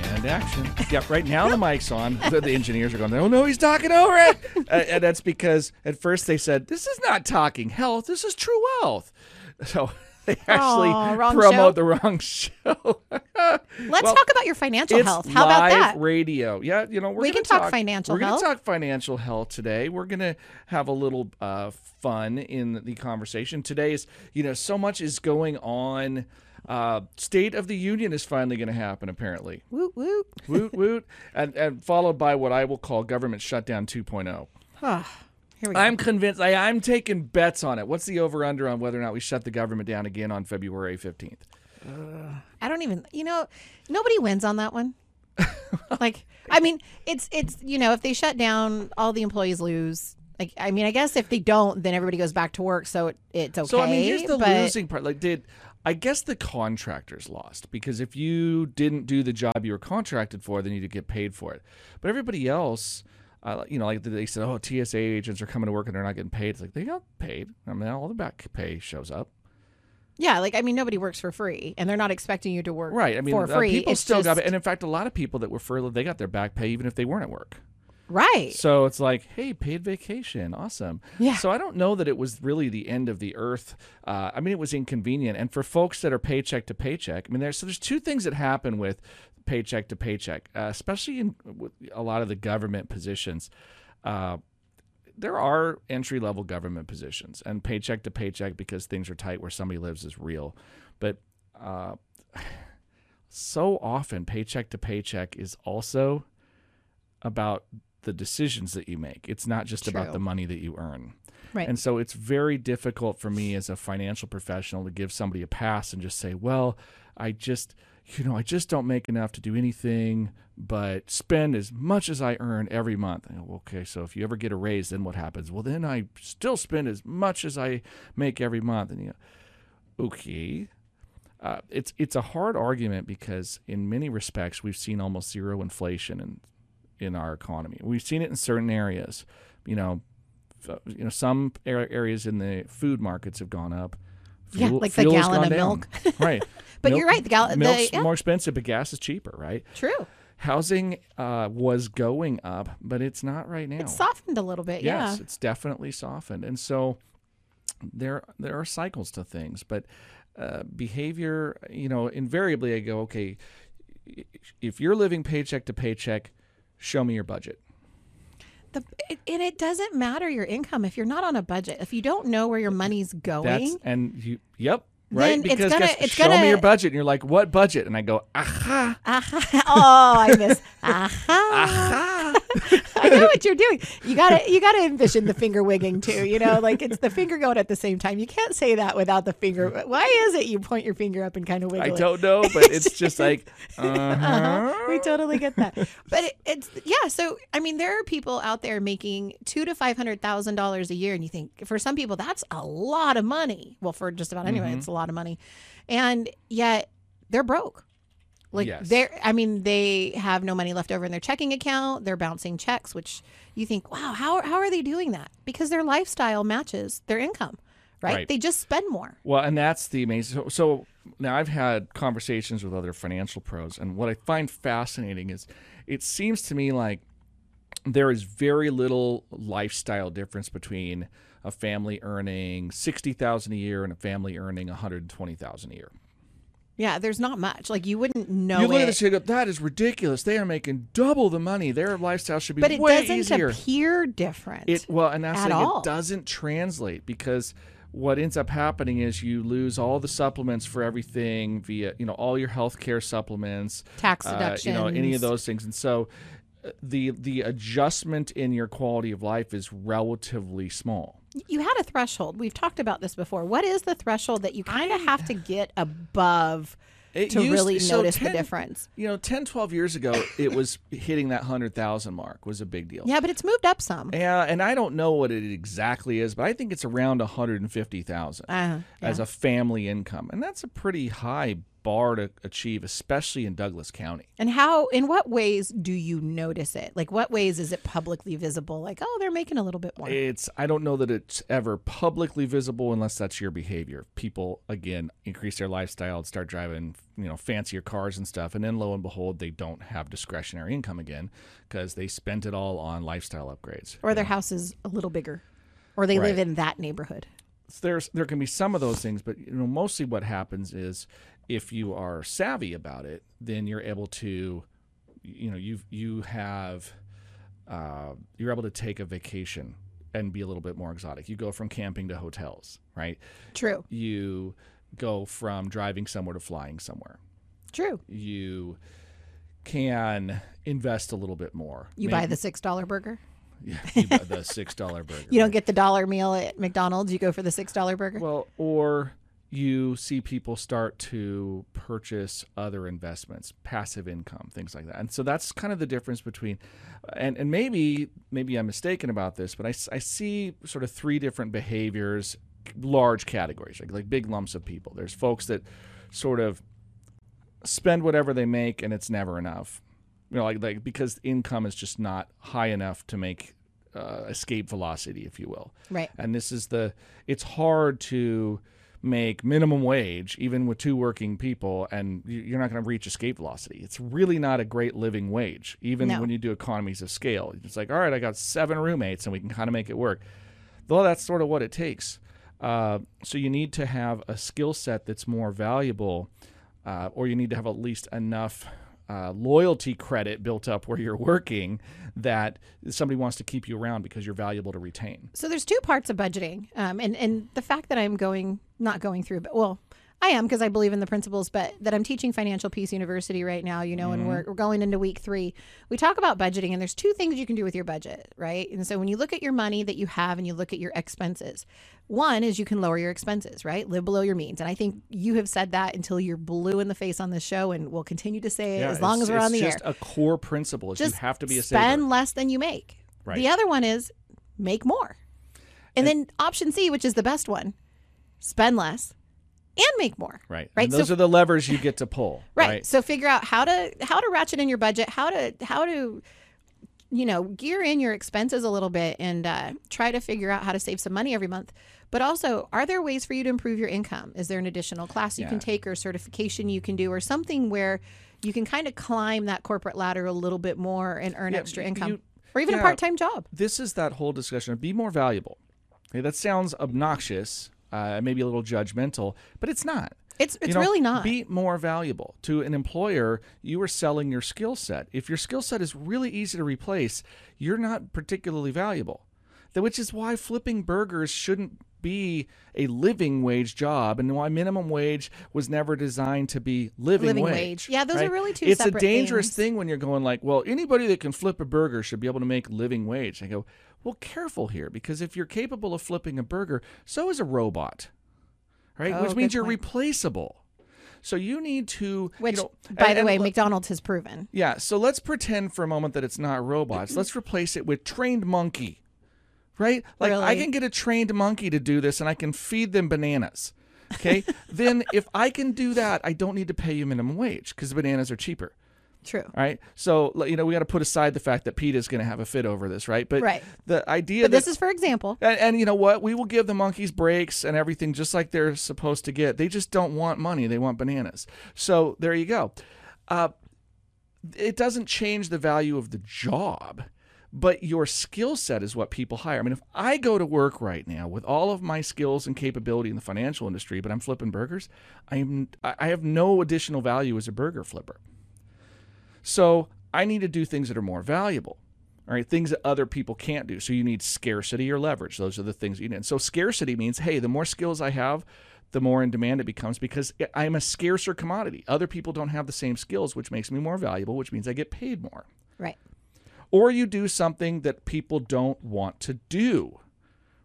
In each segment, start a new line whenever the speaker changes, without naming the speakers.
in action. yeah, right now the mic's on. The, the engineers are going, oh no, he's talking over it. Uh, and that's because at first they said, this is not talking health, this is true wealth. So they actually
Aw, wrong
promote
show.
the wrong show.
Let's
Well,
talk about your financial
it's
health. How
live
about that?
radio. Yeah, you know, we're
We
gonna
can talk financial
We're
health.
gonna talk financial health today. We're gonna have a little uh, fun in the conversation. Today is, you know, so much is going on. Uh, State of the Union is finally going to happen, apparently.
Woot woot.
woot woot, and, and followed by what I will call government shutdown oh. 2.0.
Ah, here we go.
I'm convinced. I, I'm taking bets on it. What's the over under on whether or not we shut the government down again on February 15th?
I don't even. You know, nobody wins on that one. like, I mean, it's it's you know, if they shut down, all the employees lose. Like, I mean, I guess if they don't, then everybody goes back to work, so it, it's okay.
So I mean, here's the
but
losing part. Like, did I guess the contractors lost because if you didn't do the job you were contracted for, then you would get paid for it. But everybody else, uh, you know, like they said, oh, TSA agents are coming to work and they're not getting paid. It's like they got paid. I mean, all the back pay shows up.
yeah, like I mean, nobody works for free, and they're not expecting you to work
Right. I mean,
for
uh,
free.
people
It's
still got it.
just-
And in fact, a lot of people that were furloughed, they got their back pay even if they weren't at work.
right.
So it's like, hey, paid vacation, awesome.
Yeah.
So I don't know that it was really the end of the earth. Uh, I mean, it was inconvenient, and for folks that are paycheck to paycheck, I mean, there's so there's two things that happen with paycheck to paycheck, uh, especially in with a lot of the government positions. Uh, there are entry level government positions, and paycheck to paycheck because things are tight where somebody lives is real, but. Uh, so often paycheck to paycheck is also about the decisions that you make. It's not just about
True.
the money that you earn.
Right.
And so it's very difficult for me as a financial professional to give somebody a pass and just say, "Well, I just, you know, I just don't make enough to do anything but spend as much as I earn every month." And, okay, so if you ever get a raise, then what happens? Well, then I still spend as much as I make every month. And you know, okay, uh, it's it's a hard argument because in many respects we've seen almost zero inflation in in our economy. We've seen it in certain areas. You know, f- you know some ar- areas in the food markets have gone up.
Yeah, like the
has
gallon
gone
of milk.
right.
But you're right, the gal- the-
Milk's
yeah.
more expensive, but gas is cheaper, right?
True.
Housing uh, was going up, but it's not right now.
It softened a little bit.
Yes,
yeah.
it's definitely softened, and so there there are cycles to things, but uh, behavior, you know, invariably I go, okay, if you're living paycheck to paycheck, show me your budget.
The, it, and it doesn't matter your income if you're not on a budget. If you don't know where your money's going,
That's and you, yep, right?
Then it's
because
gonna-
guess,
it's
show me
gonna-
your budget, and you're like, what budget? And I go, "Ah, aha,
Aha. Oh, I miss. Aha.
aha.
I know what you're doing. You gotta you gotta envision the finger wigging too, you know, like it's the finger going at the same time. You can't say that without the finger why is it you point your finger up and kind of
I
wiggle it?
don't know, but it's just like, uh-huh.
we totally get that. But it, it's yeah. So I mean, there are people out there making two to five hundred thousand dollars a year, and you think for some people that's a lot of money. Well, for just about anyone,
Mm-hmm.
it's a lot of money, and yet they're broke. Like
Yes.
they're, I mean, they have no money left over in their checking account. They're bouncing checks, which you think, wow, how how are they doing that? Because their lifestyle matches their income, right?
Right.
They just spend more.
Well, and that's the amazing. So, so now I've had conversations with other financial pros, and what I find fascinating is it seems to me like there is very little lifestyle difference between a family earning sixty thousand a year and a family earning one hundred twenty thousand a year.
Yeah, there's not much. Like you wouldn't know.
you look
it.
at this and you go, "That is ridiculous! They are making double the money. Their lifestyle should be
but it
way
doesn't
easier."
appear different.
It well, and that's
at
the thing,
all.
it doesn't translate because what ends up happening is you lose all the supplements for everything via you know all your healthcare supplements,
Tax
uh, you know any of
deductions.
those things, and so uh, the the adjustment in your quality of life is relatively small.
you had a threshold. We've talked about this before. What is the threshold that you kind of have to get above
It
to
used-
really
so
notice
10
the difference?
You know, 10, 12 years ago, it was hitting that hundred thousand mark was a big deal.
Yeah, but it's moved up some.
Yeah, and I don't know what it exactly is, but I think it's around 150,000
Uh,
as a family income. And that's a pretty high bar to achieve, especially in Douglas County.
And how, in what ways do you notice it? Like, what ways is it publicly visible? Like, oh, they're making a little bit more.
It's I don't know that it's ever publicly visible unless that's your behavior. People again increase their lifestyle and start driving, you know, fancier cars and stuff, and then lo and behold, they don't have discretionary income again because they spent it all on lifestyle upgrades.
or their house is a little bigger, or they live
Right.
in that neighborhood.
there's there can be some of those things, but you know mostly what happens is if you are savvy about it, then you're able to, you know, you you have, uh, you're able to take a vacation and be a little bit more exotic. You go from camping to hotels, right?
True,
You go from driving somewhere to flying somewhere.
true.
You can invest a little bit more.
You buy the six dollar burger.
Yeah, you buy the six dollar burger.
You don't get the dollar meal at McDonald's. You go for the six dollar burger.
Well, or you see people start to purchase other investments, passive income, things like that. And so that's kind of the difference between, and, and maybe, maybe I'm mistaken about this, but I, s- I see sort of three different behaviors, large categories, like, like big lumps of people. There's folks that sort of spend whatever they make and it's never enough. You know, like, like because income is just not high enough to make uh, escape velocity, if you will
right.
and this is the it's hard to make minimum wage even with two working people and you- you're not going to reach escape velocity it's really not a great living wage even
No.
when you do economies of scale it's like all right i got seven roommates and we can kind of make it work though that's sort of what it takes uh, so you need to have a skill set that's more valuable uh, or you need to have at least enough uh, loyalty credit built up where you're working that somebody wants to keep you around because you're valuable to retain
So there's two parts of budgeting, um, and and the fact that I'm going not going through, but well, I am because I believe in the principles, but that I'm teaching Financial Peace University right now, you know,
Mm-hmm.
and we're, we're going into week three. We talk about budgeting, and there's two things you can do with your budget, right? And so when you look at your money that you have and you look at your expenses, one is you can lower your expenses, right? Live below your means, and I think you have said that until you're blue in the face on this show, and we'll continue to say it as long
it's-
as we're on
it's
the air.
just a core principle is
Just
you have to be a saver.
spend less than you make.
Right.
The other one is make more. And, then option C, which is the best one, spend less and make more.
Right.
Right.
And those
so
are the levers you get to pull.
right.
right.
So figure out how to how to ratchet in your budget, how to how to you know gear in your expenses a little bit and uh, try to figure out how to save some money every month but also are there ways for you to improve your income is there an additional class you can
Yeah.
take or certification you can do or something where you can kind of climb that corporate ladder a little bit more and earn
Yeah,
extra
you-
income
you-
or even a
yeah.
part-time job
This is that whole discussion of be more valuable. Okay, that sounds obnoxious, uh, maybe a little judgmental, but it's not.
it's
You
it's
know,
really not
Be more valuable to an employer. You are selling your skill set. If your skill set is really easy to replace, you're not particularly valuable. That which is why flipping burgers shouldn't be a living wage job, and why minimum wage was never designed to be living,
Living
wage.
wage. Yeah, those are really two
It's
separate
a dangerous
things.
thing when you're going like, well, anybody that can flip a burger should be able to make living wage. I go, well, careful here because if you're capable of flipping a burger, so is a robot, right?
Oh,
Which means
good
you're
point.
replaceable. So you need to,
which
you know,
by
and-
the
and
way
le-
mcdonald's has proven
yeah. So let's pretend for a moment that it's not robots. let's replace it with trained monkey, right? Like I
Really?
can get a trained monkey to do this, and I can feed them bananas. Okay. then if I can do that, I don't need to pay you minimum wage because bananas are cheaper.
true
All right. So like, you know we got to put aside the fact that Pete is going to have a fit over this, right? But
Right.
the idea
but
that
this is for example
and, and you know what? We will give the monkeys breaks and everything just like they're supposed to get. They just don't want money. They want bananas. So there you go. Uh, it doesn't change the value of the job, but your skill set is what people hire. I mean, if I go to work right now with all of my skills and capability in the financial industry, but I'm flipping burgers, I'm I I have no additional value as a burger flipper. So I need to do things that are more valuable. All right, things that other people can't do. So you need scarcity or leverage. Those are the things you need. And so scarcity means, hey, the more skills I have, the more in demand it becomes because I'm a scarcer commodity. Other people don't have the same skills, which makes me more valuable, which means I get paid more.
right
Or you do something that people don't want to do,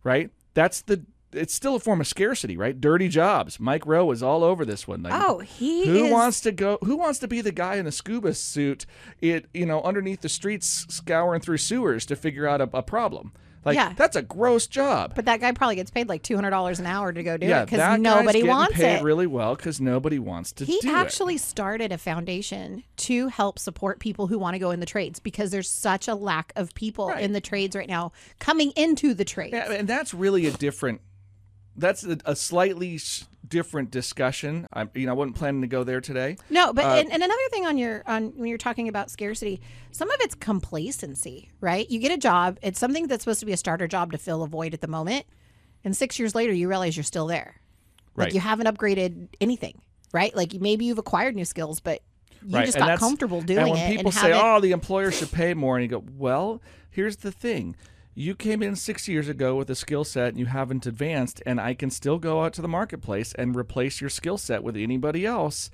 right? That's the it's still a form of scarcity, right? Dirty jobs. Mike Rowe was all over this one. Like,
oh he
who
is
wants to go? Who wants to be the guy in a scuba suit? It you know underneath the streets, scouring through sewers to figure out a, a problem. Like
Yeah.
that's a gross job.
But that guy probably gets paid like two hundred dollars an hour to go do
yeah,
it
that
because
guy's
nobody
getting
wants
paid
it.
really well because nobody wants to
He
do
actually started a foundation to help support people who want to go in the trades because there's such a lack of people
Right.
in the trades right now coming into the trades.
it. Yeah, and that's really a different. That's a, a slightly s- different discussion. I, you know, I wasn't planning to go there today.
No, but
Uh,
and, and another thing on your on when you're talking about scarcity, some of it's complacency, right? You get a job, it's something that's supposed to be a starter job to fill a void at the moment, and six years later you realize you're still there.
Right.
Like you haven't upgraded anything, right? Like maybe you've acquired new skills, but you
right?
just
and
got
that's-
comfortable doing
and when
it
People
and
say,
haven't.
"Oh, the employer should pay more," and you go, "Well, here's the thing." You came in six years ago with a skill set and you haven't advanced, and I can still go out to the marketplace and replace your skill set with anybody else.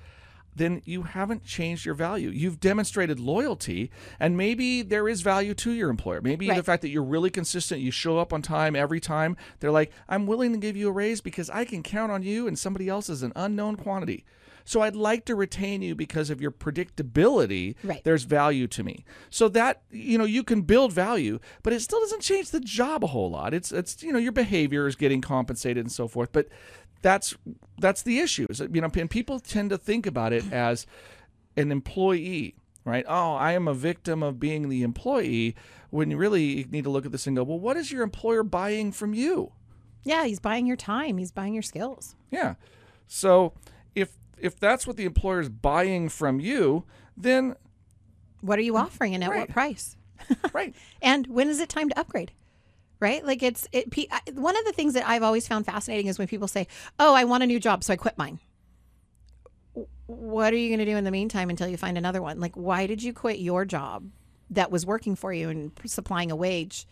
Then you haven't changed your value. You've demonstrated loyalty, and maybe there is value to your employer. Maybe the
Right.
fact that you're really consistent, you show up on time every time. They're like, I'm willing to give you a raise because I can count on you, and somebody else is an unknown quantity. So I'd like to retain you because of your predictability.
Right.
There's value to me. So that you know you can build value, but it still doesn't change the job a whole lot. It's it's you know your behavior is getting compensated and so forth, but that's that's the issue. Is that, you know and people tend to think about it as an employee, right? Oh, I am a victim of being the employee. When you really need to look at this and go, well, what is your employer buying from you?
yeah, he's buying your time, he's buying your skills.
Yeah. So if if that's what the employer is buying from you, then
What are you offering and at
Mm, Right.
what price?
right.
and when is it time to upgrade right like it's it pe- I- one of the things that i've always found fascinating is when people say oh i want a new job so i quit mine W- what are you going to do in the meantime until you find another one like why did you quit your job that was working for you and supplying a wage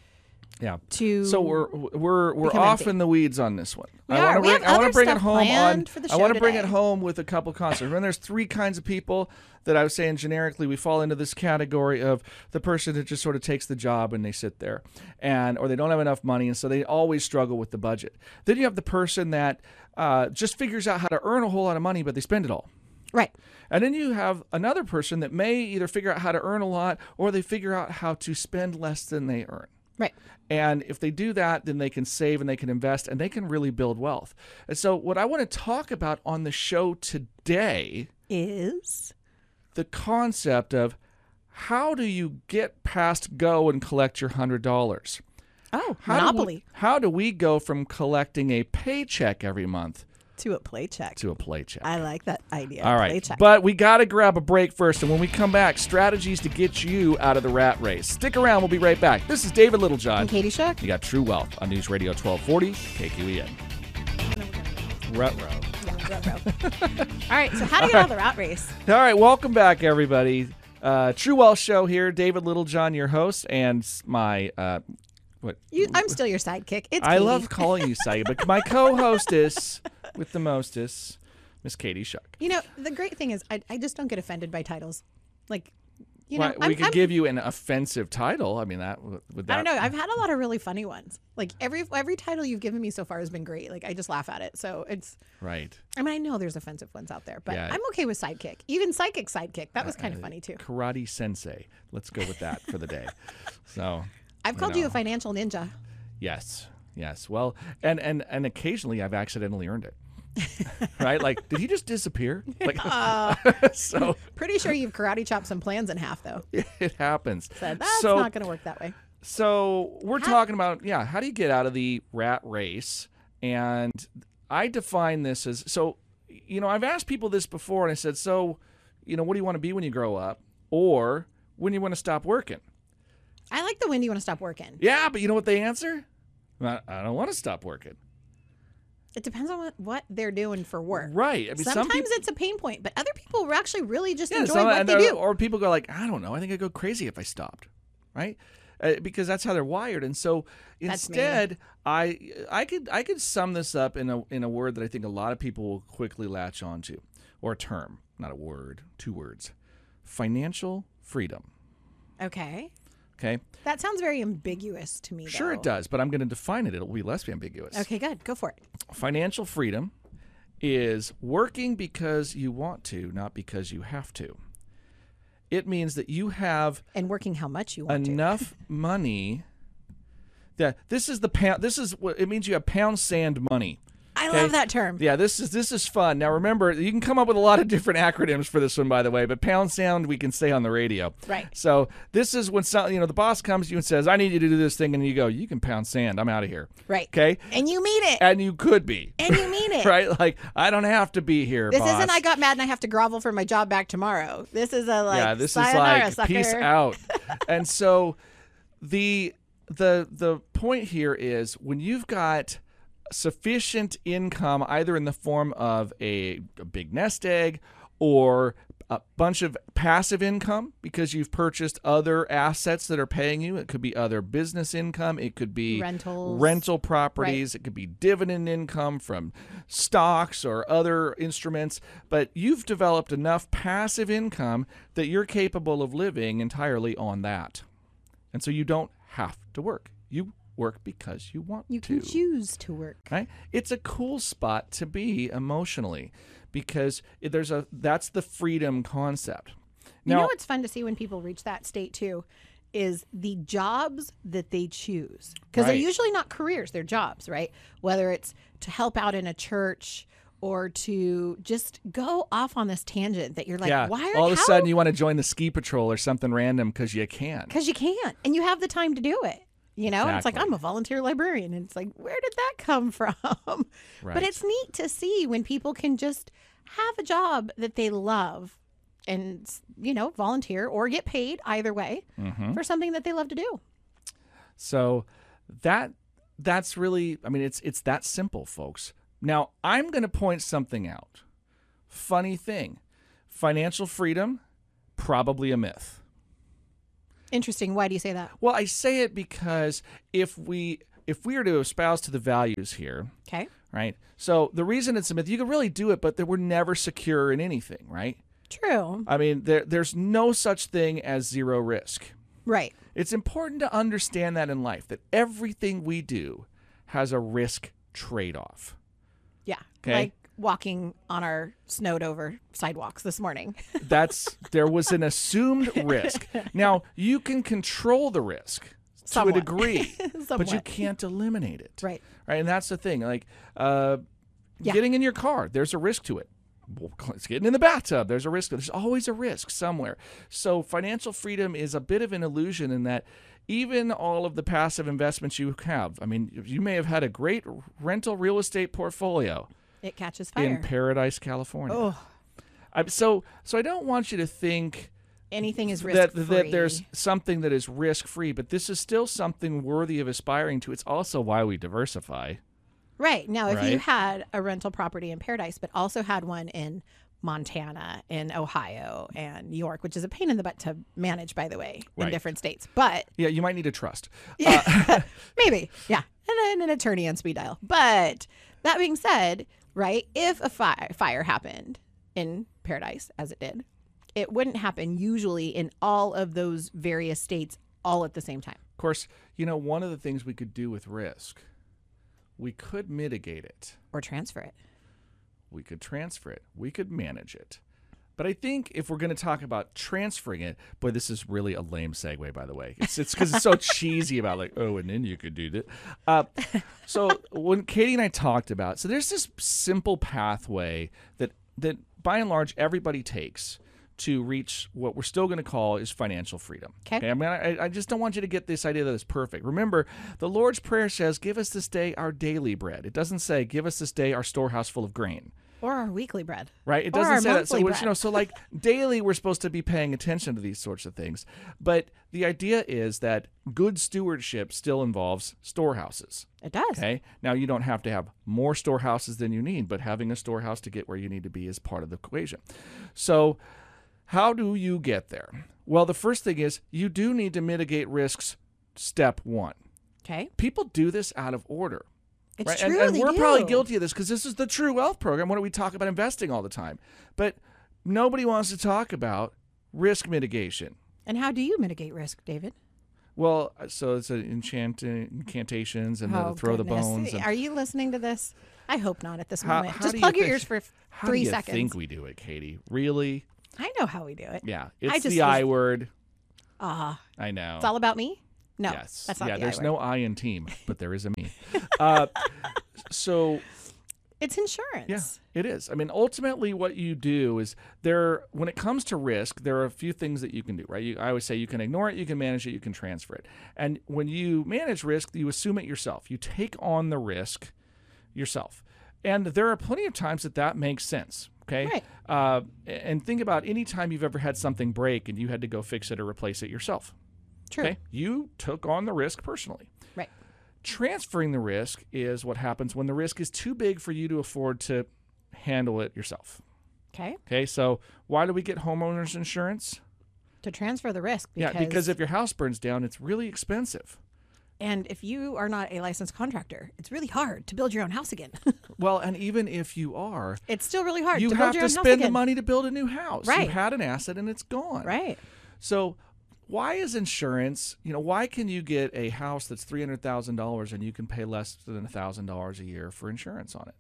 Yeah.
to
So we're we're we're
become
off
empty.
in the weeds on this one.
We
I
are.
want to
We
bring,
have
I wanna
other
bring it
stuff
home on.
planned for the
I want to
show
bring it
today.
home with a couple concepts. When there's three kinds of people that I was saying generically, we fall into this category of the person that just sort of takes the job and they sit there, and or they don't have enough money, and so they always struggle with the budget. Then you have the person that uh, just figures out how to earn a whole lot of money, but they spend it all.
right
And then you have another person that may either figure out how to earn a lot or they figure out how to spend less than they earn.
right
And if they do that, then they can save and they can invest and they can really build wealth. And so, what I want to talk about on the show today
is
the concept of how do you get past go and collect your $100?
oh
How Do we,
monopoly
how do we go from collecting a paycheck every month
to a play check
to a play check?
i like that idea
All right. But we got to grab a break first. And when we come back, strategies to get you out of the rat race. Stick around. We'll be right back. This is David Littlejohn.
and katie shook
You got True Wealth on News Radio 1240, KQEN. Rut row.
all right so how do you get out of the rat race
All right, welcome back, everybody. Uh, True Wealth Show here. David Littlejohn, your host, and my uh, what
you, i'm still your sidekick it's
I
Katie.
love calling you Saga, but my co-hostess with the mostess, Miss Katie Shuck.
You know, the great thing is, I, I just don't get offended by titles. Like, you know,
Why-
I'm,
we could
I'm-
give you an offensive title. I mean, that would that.
I don't know. I've had a lot of really funny ones. Like every every title you've given me so far has been great. Like I just laugh at it. So it's.
Right.
I mean, I know there's offensive ones out there, but
Yeah.
I'm okay with sidekick. Even psychic sidekick. That was kind of funny too.
Karate Sensei. Let's go with that for the day. So
I've called you a financial ninja.
Yes. Yes. Well, and and and occasionally I've accidentally earned it. right? Like, did he just disappear? Like,
Oh.
so
Pretty sure you've karate chopped some plans in half though.
it happens.
But that's
so
not going to work that way.
so we're talking about yeah, how do you get out of the rat race? And I define this as so you know, I've asked people this before and I said, "So, you know, what do you want to be when you grow up?" Or when do you want to stop working?
I like the when do you want to stop working?
Yeah, but you know what they answer? I I don't want to stop working.
It depends on what, what they're doing for work.
Right. I mean, some
Sometimes
people,
it's a pain point, but other people actually really just enjoy
some-
what
and
they
there-
do.
Or people go like, I don't know, I think I'd go crazy if I stopped, right? Uh, because that's how they're wired. And so
That's me.
instead, I I could I could sum this up in a in a word that I think a lot of people will quickly latch onto, or a term, not a word, two words, financial freedom. "Oh."
Okay.
Okay,
That sounds very ambiguous to me.
sure
though.
it does, but I'm going to define it. It'll be less ambiguous.
Okay, good. Go for it.
Financial freedom is working because you want to, not because you have to. It means that you have
And working how much you want to.
enough money that this is the pound. This is what it means. You have pound sand money.
I
Okay.
love that term.
Yeah, this is this is fun. Now remember, you can come up with a lot of different acronyms for this one, by the way. But pound sound we can say on the radio.
Right.
So this is when some, you know the boss comes to you and says, "I need you to do this thing," and you go, "You can pound sand. I'm out of here."
Right.
Okay.
And you mean it.
And you could be.
And you mean it.
Right. Like I don't have to be here.
This
boss.
isn't I got mad and I have to grovel for my job back tomorrow. This is a like
yeah, this is
sayonara,
like
sucker.
peace out. and so the the the point here is when you've got sufficient income either in the form of a, a big nest egg or a bunch of passive income because you've purchased other assets that are paying you. It could be other business income. It could be
Rentals.
rental properties. It could be dividend income from stocks or other instruments. But you've developed enough passive income that you're capable of living entirely on that. And so you don't have to work. You work because you want
You
to
can choose to work.
right it's a cool spot to be emotionally because it- there's a that's the freedom concept
You
now
know what's fun to see when people reach that state too is the jobs that they choose because they're
Right.
usually not careers, they're jobs, right? Whether it's to help out in a church or to just go off on this tangent that you're like,
yeah
why are
all of a
how-
sudden you want to join the ski patrol or something random because you can
because you can't and you have the time to do it you know and it's like
Exactly.
i'm a volunteer librarian and it's like where did that come from
Right.
but it's neat to see when people can just have a job that they love and you know volunteer or get paid either way
Mm-hmm.
for something that they love to do
So that that's really I mean it's it's that simple, folks. Now, I'm going to point something out. Funny thing. Financial freedom probably a myth.
interesting why do you say that
Well, I say it because if we if we are to espouse to the values here,
okay
right? So the reason it's a myth, you can really do it, but that we're never secure in anything, right?
true
I mean, there, there's no such thing as zero risk.
right
It's important to understand that in life, that everything we do has a risk trade off.
yeah
'Kay.
like walking on our snowed over sidewalks this morning
That's there was an assumed risk. Now, you can control the risk
Somewhat.
to a degree, but you
Somewhat.
can't eliminate it.
Right.
Right. And that's the thing. Like, uh,
Yeah.
getting in your car, there's a risk to it. Well, It's getting in the bathtub. There's a risk. There's always a risk somewhere. So financial freedom is a bit of an illusion in that even all of the passive investments you have. I mean, you may have had a great rental real estate portfolio
it catches fire
in Paradise, California.
oh
I, so, so I don't want you to think
anything is risk
that, that there's something that is risk free, but this is still something worthy of aspiring to. It's also why we diversify.
Right. Now, if you
Right?
had a rental property in Paradise, but also had one in Montana, in Ohio, and New York, which is a pain in the butt to manage, by the way, in
Right. Uh,
different states, but
Yeah, you might need a trust.
maybe, yeah, and then an attorney on speed dial. But that being said, right, if a fire, fire happened in Paradise, as it did, it wouldn't happen usually in all of those various states all at the same time.
Of course, you know, one of the things we could do with risk, we could mitigate it,
Or transfer it.
we could transfer it, we could manage it. But I think if we're going to talk about transferring it, boy, this is really a lame segue, by the way. It's because it's, so cheesy about like, oh, and then you could do that. Uh, so when Katie and I talked about, so there's this simple pathway that that by and large everybody takes to reach what we're still going to call is financial freedom.
'Kay.
I mean, I, I just don't want you to get this idea that it's perfect. Remember, the Lord's prayer says, "Give us this day our daily bread." It doesn't say, "Give us this day our storehouse full of grain."
Or our weekly bread.
right? It
Or our
doesn't say that. So
monthly
it's, you know, so like daily, we're supposed to be paying attention to these sorts of things. But the idea is that good stewardship still involves storehouses.
It does.
Okay. Now you don't have to have more storehouses than you need, but having a storehouse to get where you need to be is part of the equation. So, how do you get there? Well, the first thing is you do need to mitigate risks. Step one.
Okay.
People do this out of order.
It's
Right?
true.
and, and
they
we're probably
do.
guilty of this because this is the true wealth program. What do we talk about investing all the time? But nobody wants to talk about risk mitigation.
And how do you mitigate risk, David?
Well, uh, so it's an enchant incantations and the throw the
Oh, goodness.
bones. And
Are you listening to this? I hope not at this
How-
moment.
how
Just
do you
plug your
think-
ears for f-
how
three
do you
seconds.
think we do it, Katie? Really?
I know how we do it.
Yeah, it's
just
the I
was-
word.
Ah,
I know.
it's all about me. No,
yes.
that's not
yeah,
the I
there's
word.
no I in team, but there is a me. uh, so
It's insurance.
Yeah, it is. I mean, ultimately, what you do is there. When it comes to risk, there are a few things that you can do, right? You, I always say you can ignore it, you can manage it, you can transfer it. And when you manage risk, you assume it yourself. You take on the risk yourself. And there are plenty of times that that makes sense. Okay.
Right.
Uh, and think about any time you've ever had something break and you had to go fix it or replace it yourself.
True.
Okay. You took on the risk personally
Right.
transferring the risk is what happens when the risk is too big for you to afford to handle it yourself.
Okay.
Okay, so why do we get homeowners insurance?
To transfer the risk because,
yeah, because if your house burns down, it's really expensive.
and if you are not a licensed contractor, it's really hard to build your own house again.
Well, and even if you are,
it's still really hard
you
to build
have
your
to
own house
spend the
again.
money to build a new house. You
Right.
had an asset and it's gone.
Right.
So, why is insurance? You know, why can you get a house that's three hundred thousand dollars and you can pay less than thousand dollars a year for insurance on it?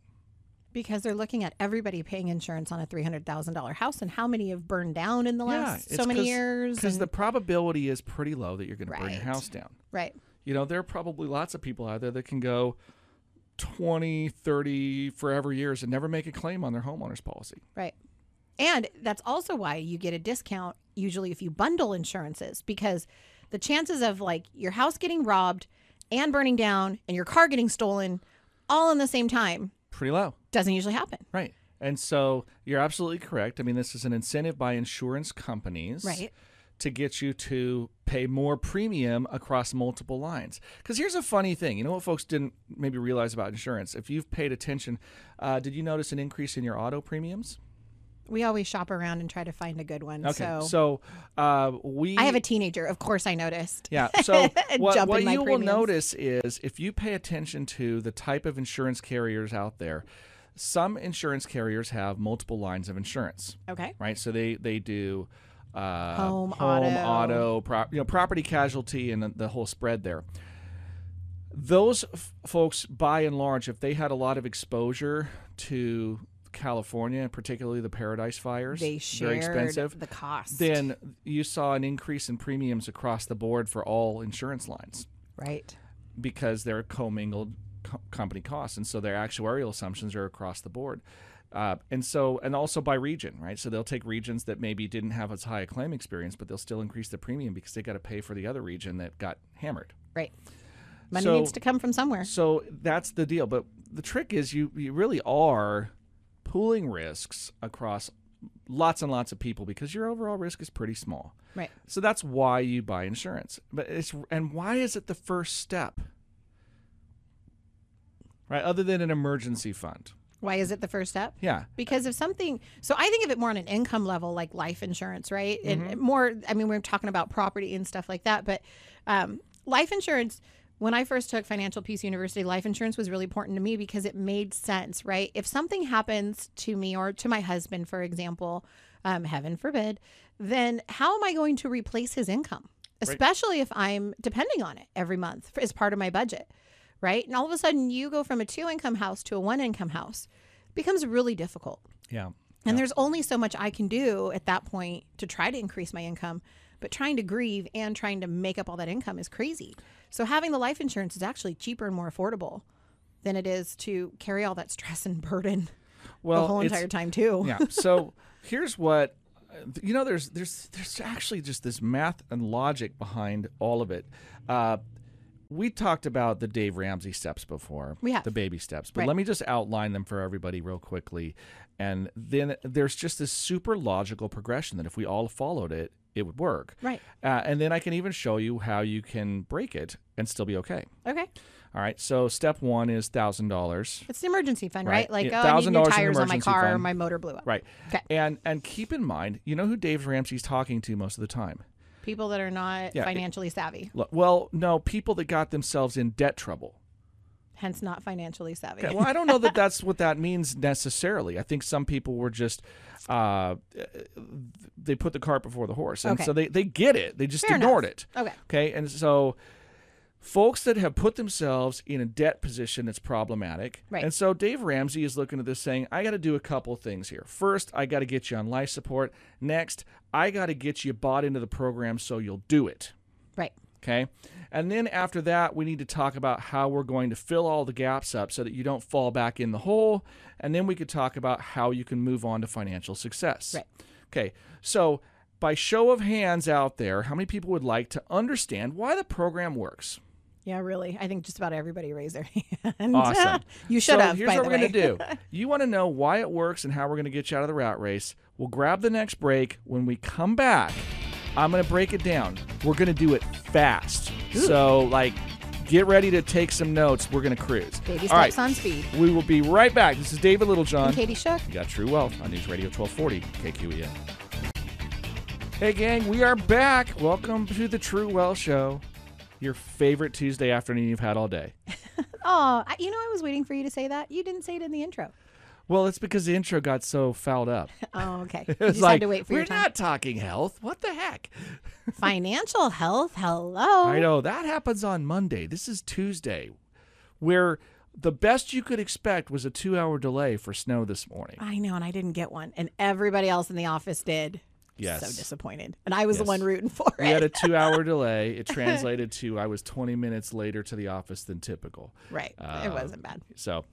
Because they're looking at everybody paying insurance on a three hundred thousand dollar house, and how many have burned down in the last so many years?
Because
and-
the probability is pretty low that you're going to burn your
Right.
house down.
right,
You know, there are probably lots of people out there that can go 20, 30, forever years and never make a claim on their homeowner's policy.
right, and that's also why you get a discount usually if you bundle insurances, because the chances of like your house getting robbed and burning down and your car getting stolen all in the same time
Pretty low.
doesn't usually happen.
Right. And so you're absolutely correct. I mean, this is an incentive by insurance companies
Right.
to get you to pay more premium across multiple lines. Because here's a funny thing you know what folks didn't maybe realize about insurance? If you've paid attention, uh, did you notice an increase in your auto premiums?
We always shop around and try to find a good one.
Okay.
so,
So, uh, we.
I have a teenager. Of course, I noticed.
Yeah. So what,
Jump
what
in my
you will
premiums.
notice is if you pay attention to the type of insurance carriers out there, some insurance carriers have multiple lines of insurance,
Okay.
right? So they they do uh,
Home,
home,
auto.
auto, pro- you know, property casualty, and the, the whole spread there. Those f- folks, by and large, if they had a lot of exposure to California, and particularly the Paradise fires, very
They shared
expensive
the cost.
then you saw an increase in premiums across the board for all insurance lines
right.
because they're commingled co- company costs, and so their actuarial assumptions are across the board. Uh, and so, and also by region, right? So they'll take regions that maybe didn't have as high a claim experience, but they'll still increase the premium because they got to pay for the other region that got hammered.
Right. Money
So-
needs to come from somewhere.
So that's the deal. But the trick is, you you really are pooling risks across lots and lots of people because your overall risk is pretty small.
Right.
So that's why you buy insurance. But it's and why is it the first step? Right, other than an emergency fund.
Why is it the first step?
Yeah.
Because if something, so I think of it more on an income level, like life insurance, right? And more, I mean, we're talking about property and stuff like that, but um, life insurance. When I first took Financial Peace University, life insurance was really important to me because it made sense, right? If something happens to me or to my husband, for example, um, heaven forbid, then how am I going to replace his income? Especially if I'm depending on it every month for- as part of my budget, right? And all of a sudden, you go from a two income house to a one income house becomes really difficult.
Yeah.
And there's only so much I can do at that point to try to increase my income. But trying to grieve and trying to make up all that income is crazy. So having the life insurance is actually cheaper and more affordable than it is to carry all that stress and burden
Well,
the whole
it's-
entire time too.
yeah. So here's what uh, you know. There's there's there's actually just this math and logic behind all of it. Uh, we talked about the Dave Ramsey steps before.
We have.
the baby steps, but
Right.
let me just outline them for everybody real quickly. And then there's just this super logical progression that if we all followed it, it would work.
Right.
Uh, and then I can even show you how you can break it and still be okay.
Okay.
All right. So step one is thousand dollars.
It's an emergency fund,
Right.
right? Like,
Yeah,
oh, I need new
$1,000 in
tires on my
emergency
car or
fund.
my motor blew up.
Right.
Okay.
And and keep in mind, you know who Dave Ramsey's talking to most of the time.
People that are not
Yeah, it-
financially savvy,
Look, Well, no, people that got themselves in debt trouble.
hence not financially savvy.
Okay, Well, I don't know that that's what that means necessarily. I think some people were just uh, they put the cart before the horse, and
Okay.
so they they get it. They just
Fair enough.
ignored it.
Okay.
Okay, and so folks that have put themselves in a debt position that's problematic.
Right.
And so Dave Ramsey is looking at this saying, I got to do a couple things here. First, I got to get you on life support. Next, I got to get you bought into the program so you'll do it.
Right.
Okay. And then after that, we need to talk about how we're going to fill all the gaps up so that you don't fall back in the hole. And then we could talk about how you can move on to financial success.
Right.
Okay. So, by show of hands out there, how many people would like to understand why the program works?
Yeah, really. I think just about everybody raised their hand.
Awesome.
you should
so
have.
Here's
by
what
the
we're
way.
going to do. You want to know why it works and how we're going to get you out of the rat race. We'll grab the next break. When we come back, I'm going to break it down. We're going to do it fast. So, like, get ready to take some notes. We're going to cruise.
Baby
All right.
steps on speed.
We will be right back. This is David Littlejohn.
Katie Shook.
You got True Wealth on News Radio 1240 KQEN. E Hey, gang, we are back. Welcome to the True Wealth Show, your favorite Tuesday afternoon you've had all day.
Oh, I, you know, I was waiting for you to say that. You didn't say it in the intro.
Well, it's because the intro got so fouled up.
Oh, okay.
It
You
was
just
like,
had to wait for
we're
your time.
not talking health. What the heck?
Financial health. Hello.
I know that happens on Monday. This is Tuesday, where the best you could expect was a two-hour delay for snow this morning.
I know, and I didn't get one, and everybody else in the office did.
Yes.
So disappointed, and I was the
Yes.
one rooting for
We had
it.
a two-hour delay. It translated to I was 20 minutes later to the office than typical.
right.
Uh,
it wasn't bad.
So,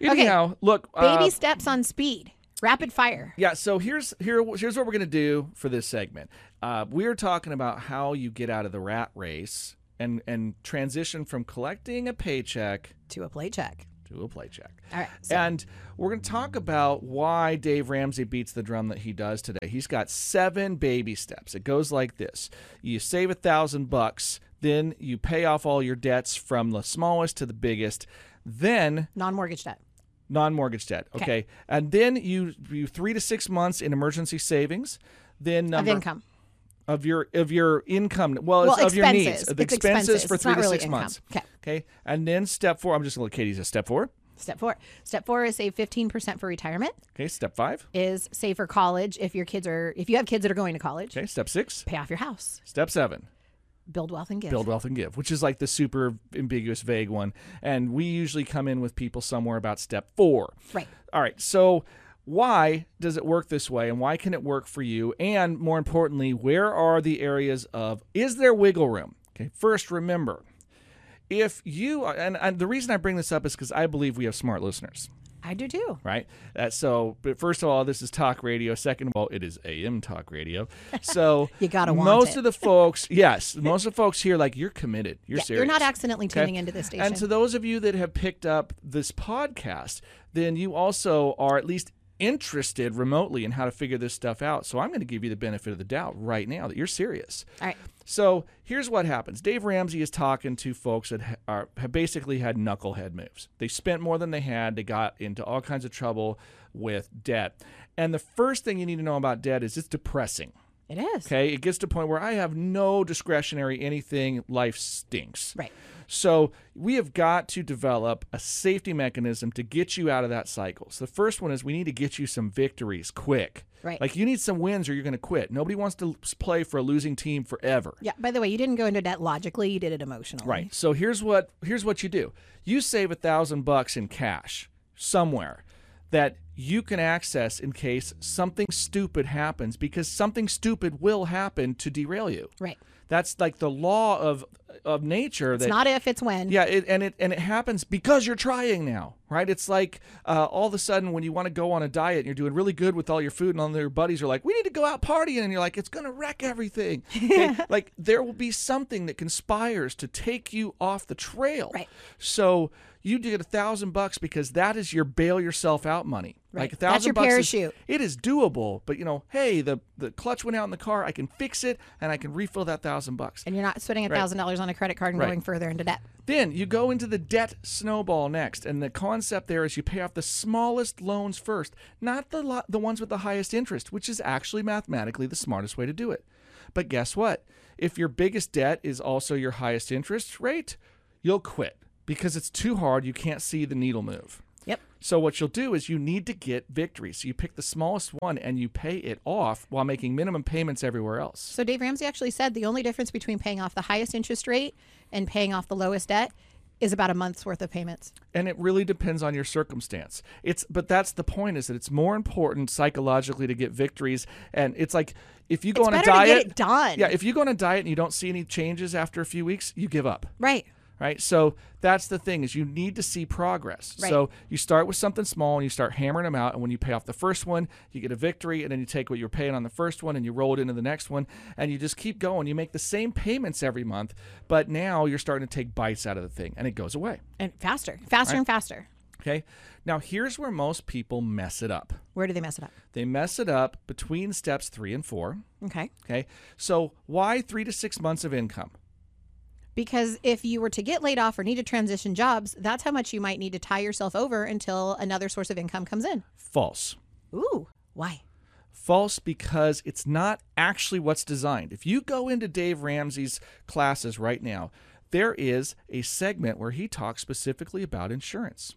anyhow, look, uh,
Baby steps on speed. Rapid fire.
Yeah, so here's here here's what we're gonna do for this segment. Uh, we are talking about how you get out of the rat race and and transition from collecting a paycheck
To a play check.
to a paycheck.
All right. So
And we're going to talk about why Dave Ramsey beats the drum that he does today. He's got seven baby steps. It goes like this: you save a thousand bucks, then you pay off all your debts from the smallest to the biggest, then
non-mortgage debt.
non-mortgage debt. Okay, and then you you three to six months in emergency savings. Then number
Of income.
of your of your income. Well, it's
Well,
of your needs.
expenses.
The
It's
expenses,
expenses.
for
It's
three
not
to
really
six
income.
months.
Okay.
Okay, and then step four. I'm just going to let Katie say step four.
Step four. Step four is save 15% for retirement,
Okay, step five.
is save for college if your kids are, if you have kids that are going to college,
Okay, step six.
pay off your house,
Step seven.
build wealth and give.
Build wealth and give, which is like the super ambiguous, vague one. And we usually come in with people somewhere about step four.
Right.
All right. So, why does it work this way and why can it work for you? And more importantly, where are the areas of is there wiggle room? Okay. First, remember if you, and, and the reason I bring this up is because I believe we have smart listeners
I do too.
right? Uh, so, but first of all, this is talk radio. Second of all, it is AM talk radio. So
You gotta want
most
it.
of the folks, yes, most of the folks here, like you're committed. You're
Yeah,
serious.
you're not accidentally
Okay?
tuning into this station.
And to those of you that have picked up this podcast, then you also are at least interested remotely in how to figure this stuff out. So I'm going to give you the benefit of the doubt right now that you're serious.
All right.
So here's what happens. Dave Ramsey is talking to folks that ha- are, have basically had knucklehead moves. They spent more than they had. They got into all kinds of trouble with debt. And the first thing you need to know about debt is it's depressing.
It is.
Okay. It gets to a point where I have no discretionary anything. Life stinks.
Right.
So we have got to develop a safety mechanism to get you out of that cycle. So the first one is we need to get you some victories quick.
Right.
Like you need some wins or you're going to quit. Nobody wants to l- play for a losing team forever.
Yeah. By the way, you didn't go into debt logically, you did it emotionally.
Right. So here's what here's what you do. You save a thousand bucks in cash somewhere that you can access in case something stupid happens because something stupid will happen to derail you.
Right.
That's like the law of of nature
It's
that
not if, it's when.
yeah, it, and it and it happens because you're trying now, right? It's like uh, all of a sudden when you want to go on a diet and you're doing really good with all your food, and all your buddies are like, "We need to go out partying," and you're like, "It's gonna wreck everything." Okay? like there will be something that conspires to take you off the trail.
Right.
So you did a thousand bucks because that is your bail yourself out money.
Right.
Like a
That's
thousand
your
bucks is-
parachute.
it is doable, but you know, hey, the the clutch went out in the car. I can fix it, and I can refill that thousand bucks.
And you're not spending $1,000 on a credit card and
Right.
going further into debt.
Then you go into the debt snowball next, and the concept there is you pay off the smallest loans first, not the lo- the ones with the highest interest, which is actually mathematically the smartest way to do it. But guess what? If your biggest debt is also your highest interest rate, you'll quit because it's too hard. You can't see the needle move.
Yep.
So what you'll do is you need to get victory. So you pick the smallest one and you pay it off while making minimum payments everywhere else.
So Dave Ramsey actually said the only difference between paying off the highest interest rate and paying off the lowest debt is about a month's worth of payments.
and it really depends on your circumstance it's but that's the point is that it's more important psychologically to get victories and it's like if you go
It's
on a
better to
diet
get it done.
yeah if you go on a diet and you don't see any changes after a few weeks you give up
Right.
right so that's the thing is you need to see progress
Right.
so you start with something small and you start hammering them out and when you pay off the first one you get a victory and then you take what you're paying on the first one and you roll it into the next one and you just keep going you make the same payments every month but now you're starting to take bites out of the thing and it goes away
And faster, faster and faster.
okay now here's where most people mess it up
Where do they mess it up?
they mess it up between steps 3 and 4
Okay.
okay so why 3 to 6 months of income
Because if you were to get laid off or need to transition jobs, that's how much you might need to tie yourself over until another source of income comes in.
false
Ooh, why?
False because it's not actually what's designed. If you go into Dave Ramsey's classes right now, there is a segment where he talks specifically about insurance.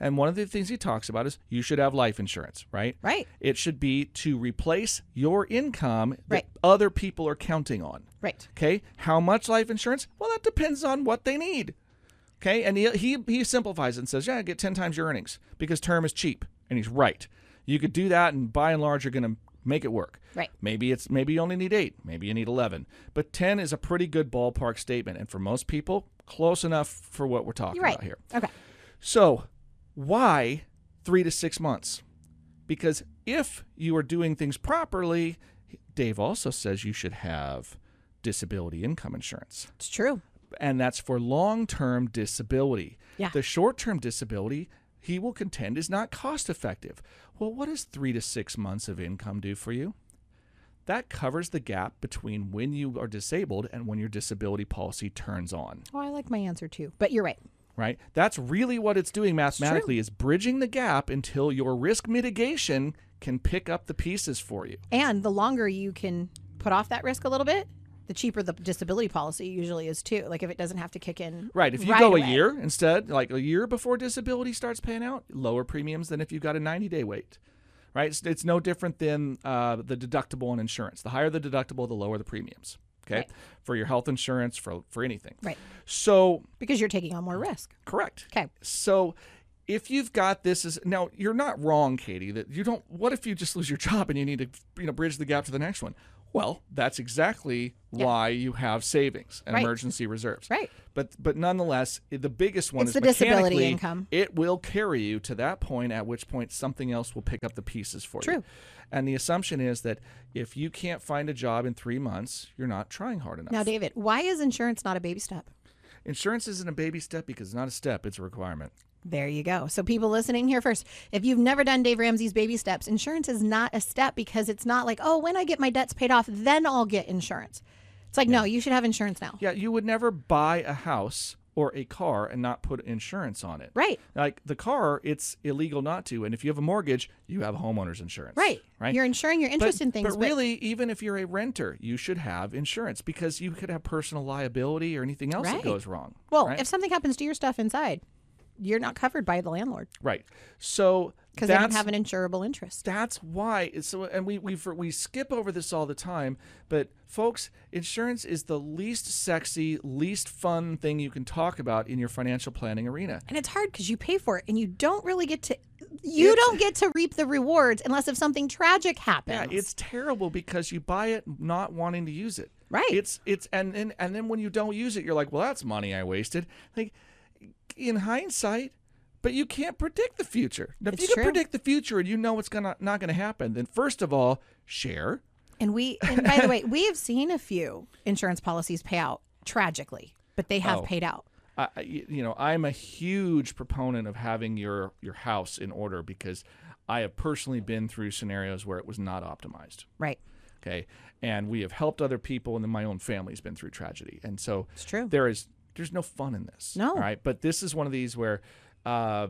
And one of the things he talks about is you should have life insurance, right?
Right,
It should be to replace your income that
Right.
other people are counting on.
right.
Okay, how much life insurance? Well, that depends on what they need. Okay, and he he, he simplifies it and says, yeah, get ten times your earnings because term is cheap, and he's right. You could do that, and by and large, you're going to make it work.
Right.
Maybe it's maybe you only need eight, maybe you need eleven, but ten is a pretty good ballpark statement, and for most people, close enough for what we're talking
You're right.
about here.
Okay.
So, why three to six months? Because if you are doing things properly, Dave also says you should have disability income insurance,
It's true.
and that's for long term disability.
Yeah.
The short term disability, he will contend, is not cost effective. Well, what does three to six months of income do for you? That covers the gap between when you are disabled and when your disability policy turns on
Oh, I like my answer too, but you're right.
right? That's really what it's doing mathematically is bridging the gap until your risk mitigation can pick up the pieces for you.
And the longer you can put off that risk a little bit, the cheaper the disability policy usually is too. Like if it doesn't have to kick in.
Right. If you go
away.
a year instead, like a year before disability starts paying out, lower premiums than if you got a 90 day wait. Right. It's, it's no different than uh, the deductible on insurance. The higher the deductible, the lower the premiums. Okay.
Right.
For your health insurance, for, for anything.
Right.
So,
Because you're taking on more risk.
correct.
Okay.
So if you've got this as now you're not wrong, Katie, that you don't what if you just lose your job and you need to you know bridge the gap to the next one? Well, that's exactly
Yeah.
why you have savings and
Right.
emergency reserves.
Right.
But but nonetheless, i- the biggest one
It's
is
the disability
mechanically,
income.
It will carry you to that point at which point something else will pick up the pieces for you.
True.
And the assumption is that if you can't find a job in 3 months, you're not trying hard enough.
Now, David, why is insurance not a baby step?
Insurance isn't a baby step because it's not a step, it's a requirement.
There you go. So, people listening here first, if you've never done Dave Ramsey's baby steps, insurance is not a step because it's not like, oh, when I get my debts paid off, then I'll get insurance. It's like, no, you should have insurance now.
Yeah, you would never buy a house or a car and not put insurance on it.
Right.
Like the car, it's illegal not to. And if you have a mortgage, you have homeowner's insurance.
Right.
Right.
You're insuring your
but,
interest in things.
but really, even if you're a renter, you should have insurance because you could have personal liability or anything else that
Right.
goes wrong.
well,
right?
if something happens to your stuff inside, you're not covered by the landlord
right. So
because they don't
that's-
have an insurable interest.
That's why. It's so, and we we we skip over this all the time, but folks, insurance is the least sexy, least fun thing you can talk about in your financial planning arena.
And it's hard because you pay for it and you don't really get to, you don't get to reap the rewards unless if something tragic happens.
Yeah, it's terrible because you buy it not wanting to use it.
Right.
It's it's and then and then when you don't use it, you're like, well, that's money I wasted. Like in hindsight, but you can't predict the future. Now, if
It's
you can
true.
predict the future and you know it's gonna not gonna happen, then first of all, share.
And we, and by the way, we have seen a few insurance policies pay out tragically, but they have
Oh.
paid out.
I, I- you know, I'm a huge proponent of having your your house in order because I have personally been through scenarios where it was not optimized.
Right.
okay and we have helped other people and then my own family's been through tragedy and so
It's true.
there is there's no fun in this
No.
all right but this is one of these where uh,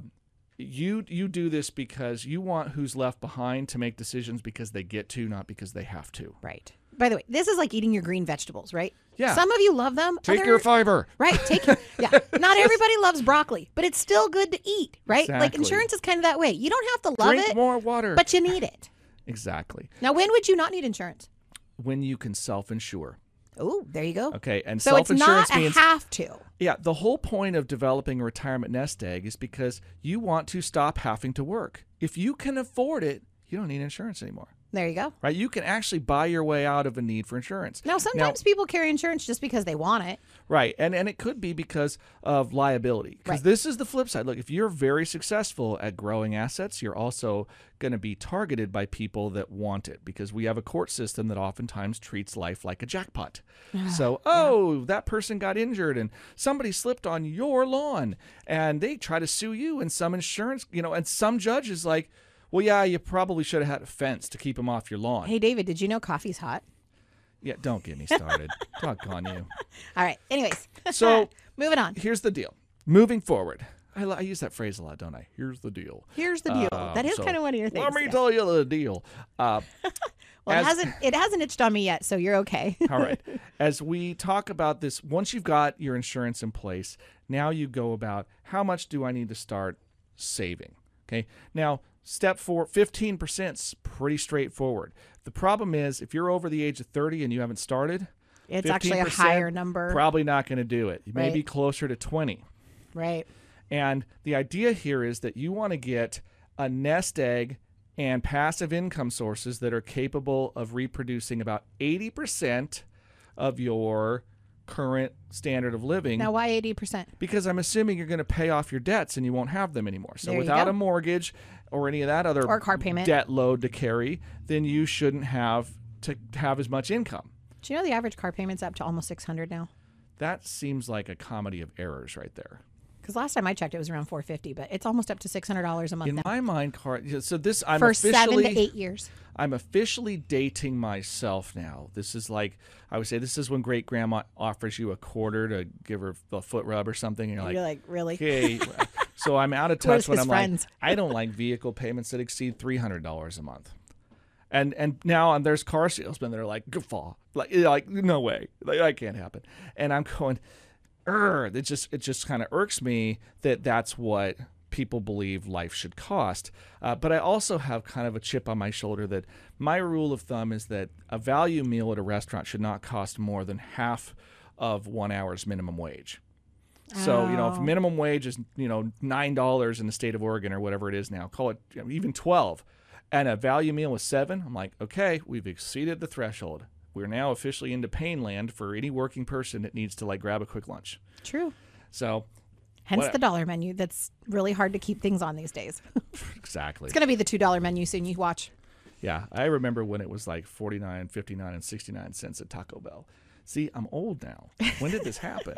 you you do this because you want who's left behind to make decisions because they get to not because they have to
Right. By the way, this is like eating your green vegetables, right?
Yeah.
Some of you love them.
take
other-
your fiber
Right. Take your, yeah. Not everybody loves broccoli, but it's still good to eat, right? Like
Exactly.
insurance is kind of that way. You don't have to love
drink
it,
more water
but you need it.
exactly
Now, when would you not need insurance?
when you can self-insure
Oh, there you go.
Okay, and
So it's
self-insurance
not a
means
have to.
yeah, the whole point of developing a retirement nest egg is because you want to stop having to work. If you can afford it, you don't need insurance anymore.
There you go.
Right? You can actually buy your way out of a need for insurance.
Now, sometimes people carry insurance just because they want it.
Right. And and it could be because of liability. Because
Right.
this is the flip side. Look, if you're very successful at growing assets, you're also going to be targeted by people that want it because we have a court system that oftentimes treats life like a jackpot. so, oh, that person got injured and somebody slipped on your lawn and they try to sue you and some insurance, you know, and some judge is like, well, yeah, you probably should have had a fence to keep him off your lawn.
Hey, David, did you know coffee's hot?
Yeah, don't get me started. Doggone you.
All right. Anyways,
So,
moving on.
here's the deal. Moving forward, I, li- I use that phrase a lot, don't I? Here's the deal.
Here's the deal. that
Um,
is
so,
kind of one of your things.
Let me
yeah.
tell you the deal. Uh,
well,
as-
it hasn't it hasn't itched on me yet, so you're okay.
all right. As we talk about this, once you've got your insurance in place, now you go about how much do I need to start saving? Okay. Now, step four, 15% is pretty straightforward. The problem is if you're over the age of 30 and you haven't started,
It's actually a
15%
higher number,
probably not going to do it. You may be
Right.
closer to 20.
right?
And the idea here is that you want to get a nest egg and passive income sources that are capable of reproducing about 80% of your current standard of living.
Now, why eighty percent?
because I'm assuming you're going to pay off your debts and you won't have them anymore. So
There you
without
go.
a mortgage or any of that other
Or car payment.
debt load to carry, then you shouldn't have to have as much income.
Do you know the average car payment's up to almost six hundred now?
That seems like a comedy of errors right there.
Because last time I checked, it was around four fifty, but it's almost up to six hundred dollars a month
In
now
my mind, car. So this I'm
for
officially
seven to eight years.
I'm officially dating myself now. This is like I would say this is when great grandma offers you a quarter to give her a foot rub or something, and you're like,
you're like, really?
okay. so I'm out of touch when
his
I'm
friends?
like, I don't like vehicle payments that exceed three hundred dollars a month. And and now and there's car salesmen that are like, guffaw, like you're like no way, like that can't happen. And I'm going, er, it just it just kind of irks me that that's what people believe life should cost. Uh, but I also have kind of a chip on my shoulder that my rule of thumb is that a value meal at a restaurant should not cost more than half of one hour's minimum wage. So you know, if
Oh.
minimum wage is you know nine dollars in the state of Oregon or whatever it is now, call it you know, even twelve, and a value meal was seven, I'm like, okay, we've exceeded the threshold. We're now officially into pain land for any working person that needs to like grab a quick lunch.
True.
So
Hence
What-
the dollar menu. That's really hard to keep things on these days.
exactly,
It's going to be the $2 menu soon. You watch.
yeah. I remember when it was like 49, 59, and sixty nine cents at Taco Bell. See, I'm old now. When did this happen?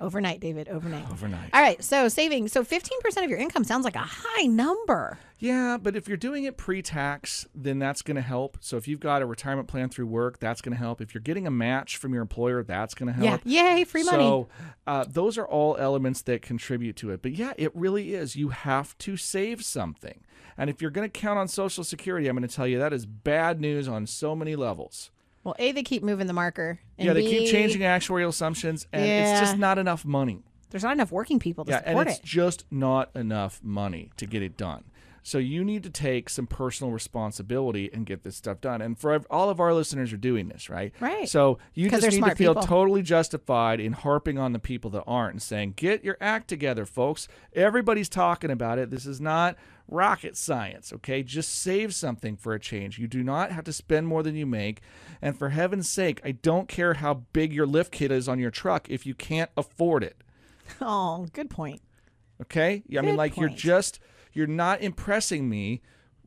Overnight, David, overnight.
Overnight.
All right, so saving. So 15% of your income sounds like a high number.
Yeah, but if you're doing it pre tax, then that's going to help. So if you've got a retirement plan through work, that's going to help. If you're getting a match from your employer, that's going to help.
Yeah. Yay, free money.
So uh, those are all elements that contribute to it. But yeah, it really is. You have to save something. And if you're going to count on Social Security, I'm going to tell you that is bad news on so many levels.
well, A, they keep moving the marker. And
yeah, they keep
B,
changing actuarial assumptions, and it's just
Yeah. not
not enough money.
There's not enough working people to
Yeah, and
support
it's
it.
just not enough money to get it done. So you need to take some personal responsibility and get this stuff done. And for ev- all of our listeners are doing this, right?
Right.
So you
'Cause
just
they're
need to
smart
feel
people.
totally justified in harping on the people that aren't and saying, "Get your act together, folks. Everybody's talking about it. This is not rocket science, okay? Just save something for a change. You do not have to spend more than you make. And for heaven's sake, I don't care how big your lift kit is on your truck if you can't afford it."
Oh, good point.
Okay? I mean,
Good
like, you're
point.
just, you're not impressing me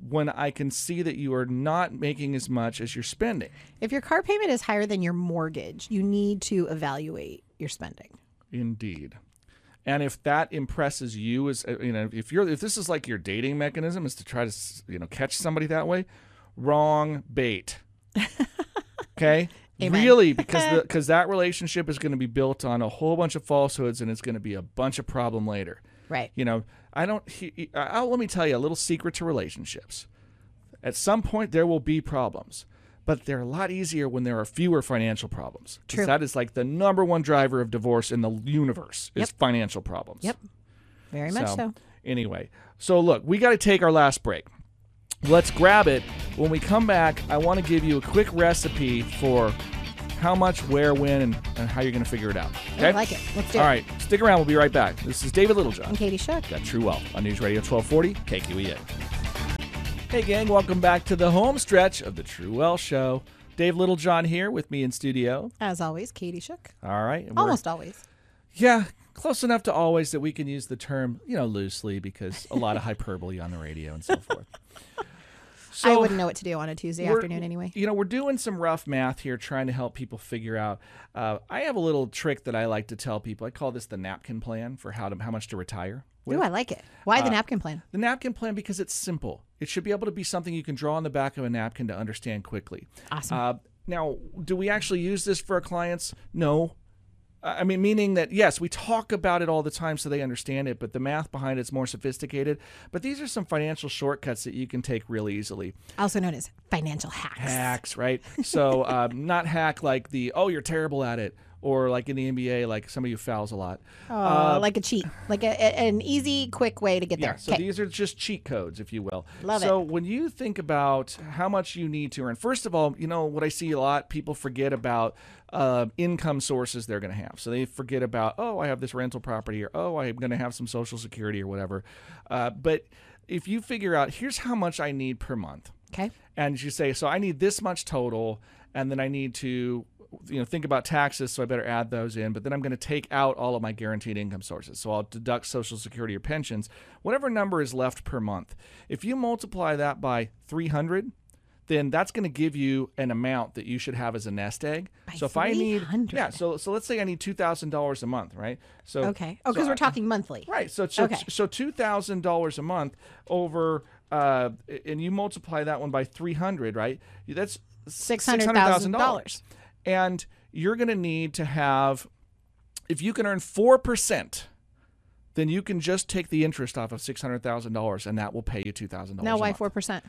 when I can see that you are not making as much as you're spending.
If your car payment is higher than your mortgage, you need to evaluate your spending.
Indeed. And if that impresses you as uh, you know, if you're if this is like your dating mechanism is to try to s- you know catch somebody that way, wrong bait. Okay,
Amen.
really, because because that relationship is going to be built on a whole bunch of falsehoods, and it's going to be a bunch of problem later.
Right.
you know i don't he, he- I, I'll- let me tell you a little secret to relationships at some point there will be problems but they're a lot easier when there are fewer financial problems 'Cause
True.
that is like the number one driver of divorce in the universe is financial problems
Yep. Very much so.
Anyway, so look, we got to take our last break. Let's grab it. When we come back, I want to give you a quick recipe for how much, where, when, and, and how you're going to figure it out. Okay?
I like it. Let's do
All
it.
right, stick around. We'll be right back. This is David Littlejohn.
And Katie Shook.
Got True Wealth on News Radio 1240 KQEN. E Hey, gang, welcome back to the home stretch of the True Wealth Show. Dave Littlejohn here with me in studio.
As always, Katie Shook.
All right. and we're-
Almost always.
Yeah, close enough to always that we can use the term, you know, loosely because a lot of hyperbole on the radio and so forth. So
I wouldn't know what to do on a Tuesday
we're-
afternoon anyway.
You know, we're doing some rough math here, trying to help people figure out. Uh, I have a little trick that I like to tell people. I call this the napkin plan for how to how much to retire. with.
Ooh, I like it. Why
Uh,
the napkin plan?
The napkin plan because it's simple. It should be able to be something you can draw on the back of a napkin to understand quickly.
Awesome.
Uh, now, do we actually use this for our clients? No. I I mean, meaning that yes, we talk about it all the time so they understand it, but the math behind it's more sophisticated. But these are some financial shortcuts that you can take really easily.
also known as financial hacks.
Hacks, right? So, um, not hack like the, oh, you're terrible at it, or like in the NBA, like somebody who fouls a lot.
Oh, like a cheat, like a, a- an easy, quick way to get there.
uh, Yeah, so
'Kay.
these are just cheat codes, if you will.
Love
so when you think about how much you need to earn, first of all, you know what I see a lot: people forget about uh, income sources they're going to have. So they forget about, oh, I have this rental property, or oh, I'm going to have some social security, or whatever. Uh, but if you figure out, here's how much I need per month,
okay.
and you say, so I need this much total, and then I need to, you know, think about taxes, so I better add those in. But then I'm going to take out all of my guaranteed income sources, so I'll deduct Social Security or pensions, whatever number is left per month. If you multiply that by 300, then that's going to give you an amount that you should have as a nest egg. so if I need,
300?
yeah, so so let's say I need two thousand dollars a month, right? So
Okay. Oh, because
so
we're talking monthly.
Right. So so,
Okay.
so two thousand dollars a month over, uh, and you multiply that one by three hundred, right? That's six hundred thousand
$600,000.
dollars, and you're going to need to have, if you can earn four percent. Then you can just take the interest off of six hundred thousand dollars, and that will pay you two thousand dollars.
Now, why four percent?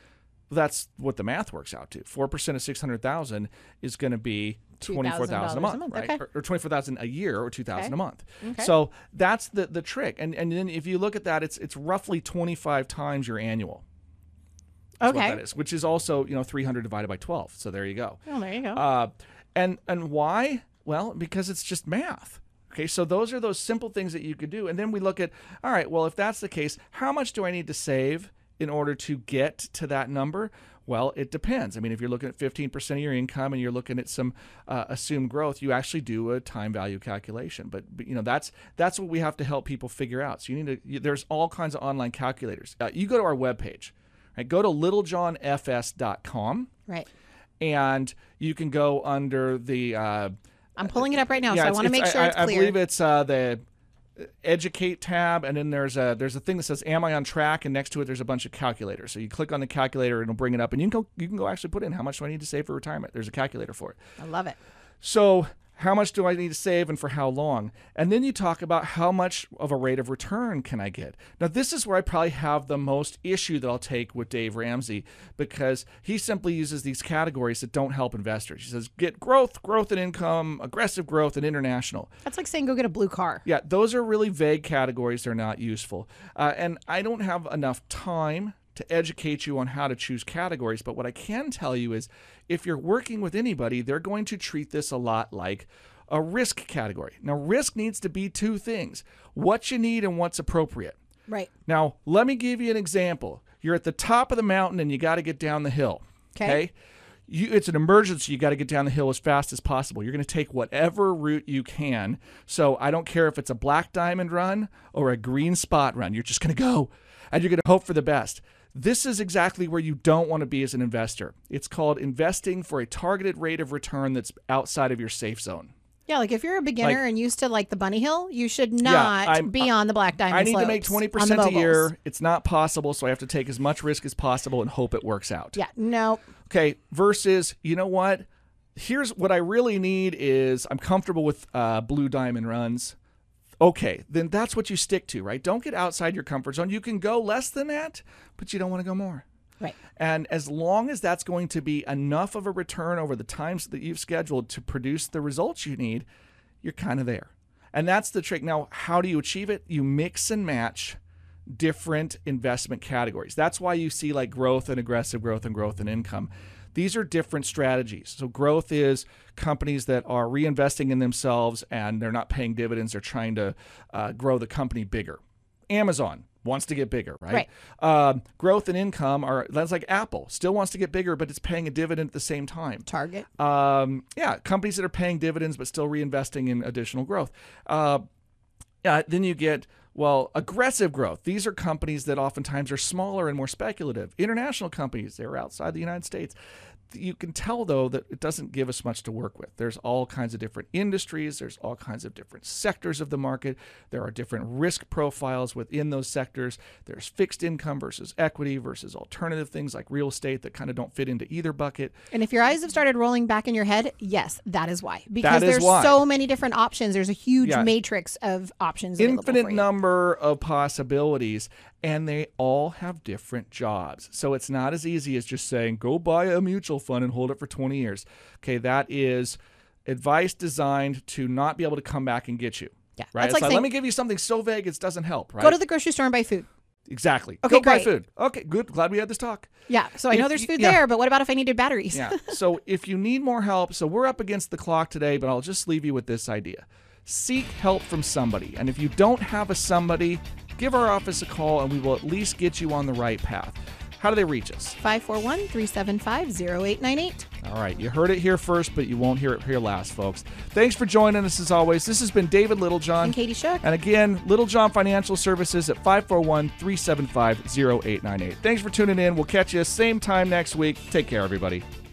That's what the math works out to. Four percent of six hundred thousand is going to be twenty four thousand
$2,000
a
a
month,
month,
right?
okay.
Or, twenty four thousand a year, or two thousand
Okay.
a month.
Okay.
So that's the the trick. And and then if you look at that, it's it's roughly twenty five times your annual. Is
Okay.
What that is, which is also you know three hundred divided by twelve. So there you go.
Oh, there you go.
Uh, and and why? Well, because it's just math. Okay, so those are those simple things that you could do, and then we look at all right. Well, if that's the case, how much do I need to save in order to get to that number? Well, it depends. I mean, if you're looking at 15% of your income and you're looking at some uh, assumed growth, you actually do a time value calculation. But, but you know, that's that's what we have to help people figure out. So you need to. You, there's all kinds of online calculators. Uh, you go to our webpage, right? Go to littlejohnfs.com
right.
and you can go under the. Uh,
I'm pulling it up right now,
yeah,
Oh, so I
it's-
want to make sure
I,
it's
I- I
clear.
believe it's uh, the educate tab, and then there's a there's a thing that says "Am I on track?" and next to it there's a bunch of calculators. So you click on the calculator, and it'll bring it up, and you can go you can go actually put in how much do I need to save for retirement. There's a calculator for it.
I love it.
So, how much do I need to save and for how long? And then you talk about how much of a rate of return can I get? Now, this is where I probably have the most issue that I'll take with Dave Ramsey because he simply uses these categories that don't help investors. He says, get growth, growth and income, aggressive growth, and international.
That's like saying go get a blue car.
Yeah, those are really vague categories. They're not useful. Uh, and I don't have enough time to educate you on how to choose categories. But what I can tell you is if you're working with anybody, they're going to treat this a lot like a risk category. Now, risk needs to be two things what you need and what's appropriate.
Right.
Now, let me give you an example. You're at the top of the mountain and you got to get down the hill.
'Kay.
You, it's an emergency. You got to get down the hill as fast as possible. You're going to take whatever route you can. So I don't care if it's a black diamond run or a green spot run. You're just going to go and you're going to hope for the best. This is exactly where you don't want to be as an investor. It's called investing for a targeted rate of return that's outside of your safe zone.
Yeah, like if you're a beginner and used to like the bunny hill, you should not
I'm- uh,
be on the black diamond.
I need to make
slopes on
20%
the
a
moguls.
year. It's not possible, so I have to take as much risk as possible and hope it works out.
Yeah. No.
Okay, versus, you know what? Here's what I really need is I'm comfortable with uh, blue diamond runs. Okay, then that's what you stick to, right? Don't get outside your comfort zone. You can go less than that, but you don't want to go more.
Right.
And as long as that's going to be enough of a return over the times that you've scheduled to produce the results you need, you're kind of there. And that's the trick. Now, how do you achieve it? You mix and match different investment categories. That's why you see like growth and aggressive growth and growth and income. These are different strategies. So growth is companies that are reinvesting in themselves and they're not paying dividends. They're trying to uh, grow the company bigger. Amazon wants to get bigger, right? Um, growth and income are that's like Apple still wants to get bigger, but it's paying a dividend at the same time
Target.
um, yeah, companies that are paying dividends but still reinvesting in additional growth. Uh, uh, then you get well aggressive growth. These are companies that oftentimes are smaller and more speculative. International companies they're outside the United States. You can tell though that it doesn't give us much to work with. There's all kinds of different industries. There's all kinds of different sectors of the market. There are different risk profiles within those sectors. There's fixed income versus equity versus alternative things like real estate that kind of don't fit into either bucket.
And if your eyes have started rolling back in your head, yes, that is why. Because
is
there's
why.
so many different options. There's a huge
Yeah.
matrix of options. available
infinite
for you.
number of possibilities and they all have different jobs so it's not as easy as just saying go buy a mutual fund and hold it for 20 years okay that is advice designed to not be able to come back and get you
Yeah.
right
That's
it's
like
like,
saying-
let me give you something so vague it doesn't help right
Go to the grocery store and buy food.
exactly
Okay,
go buy
great.
food okay good glad we had this talk
Yeah. So I
If
know there's
you-
food
yeah.
there, but what about if I needed batteries?
yeah. So if you need more help, so we're up against the clock today, but I'll just leave you with this idea. Seek help from somebody. And if you don't have a somebody, give our office a call and we will at least get you on the right path. How do they reach us?
541 375 0898.
All right, you heard it here first, but you won't hear it here last, folks. Thanks for joining us as always. This has been David Littlejohn.
And Katie Shook.
And again, Little John Financial Services at 541 375 0898. Thanks for tuning in. We'll catch you same time next week. Take care, everybody.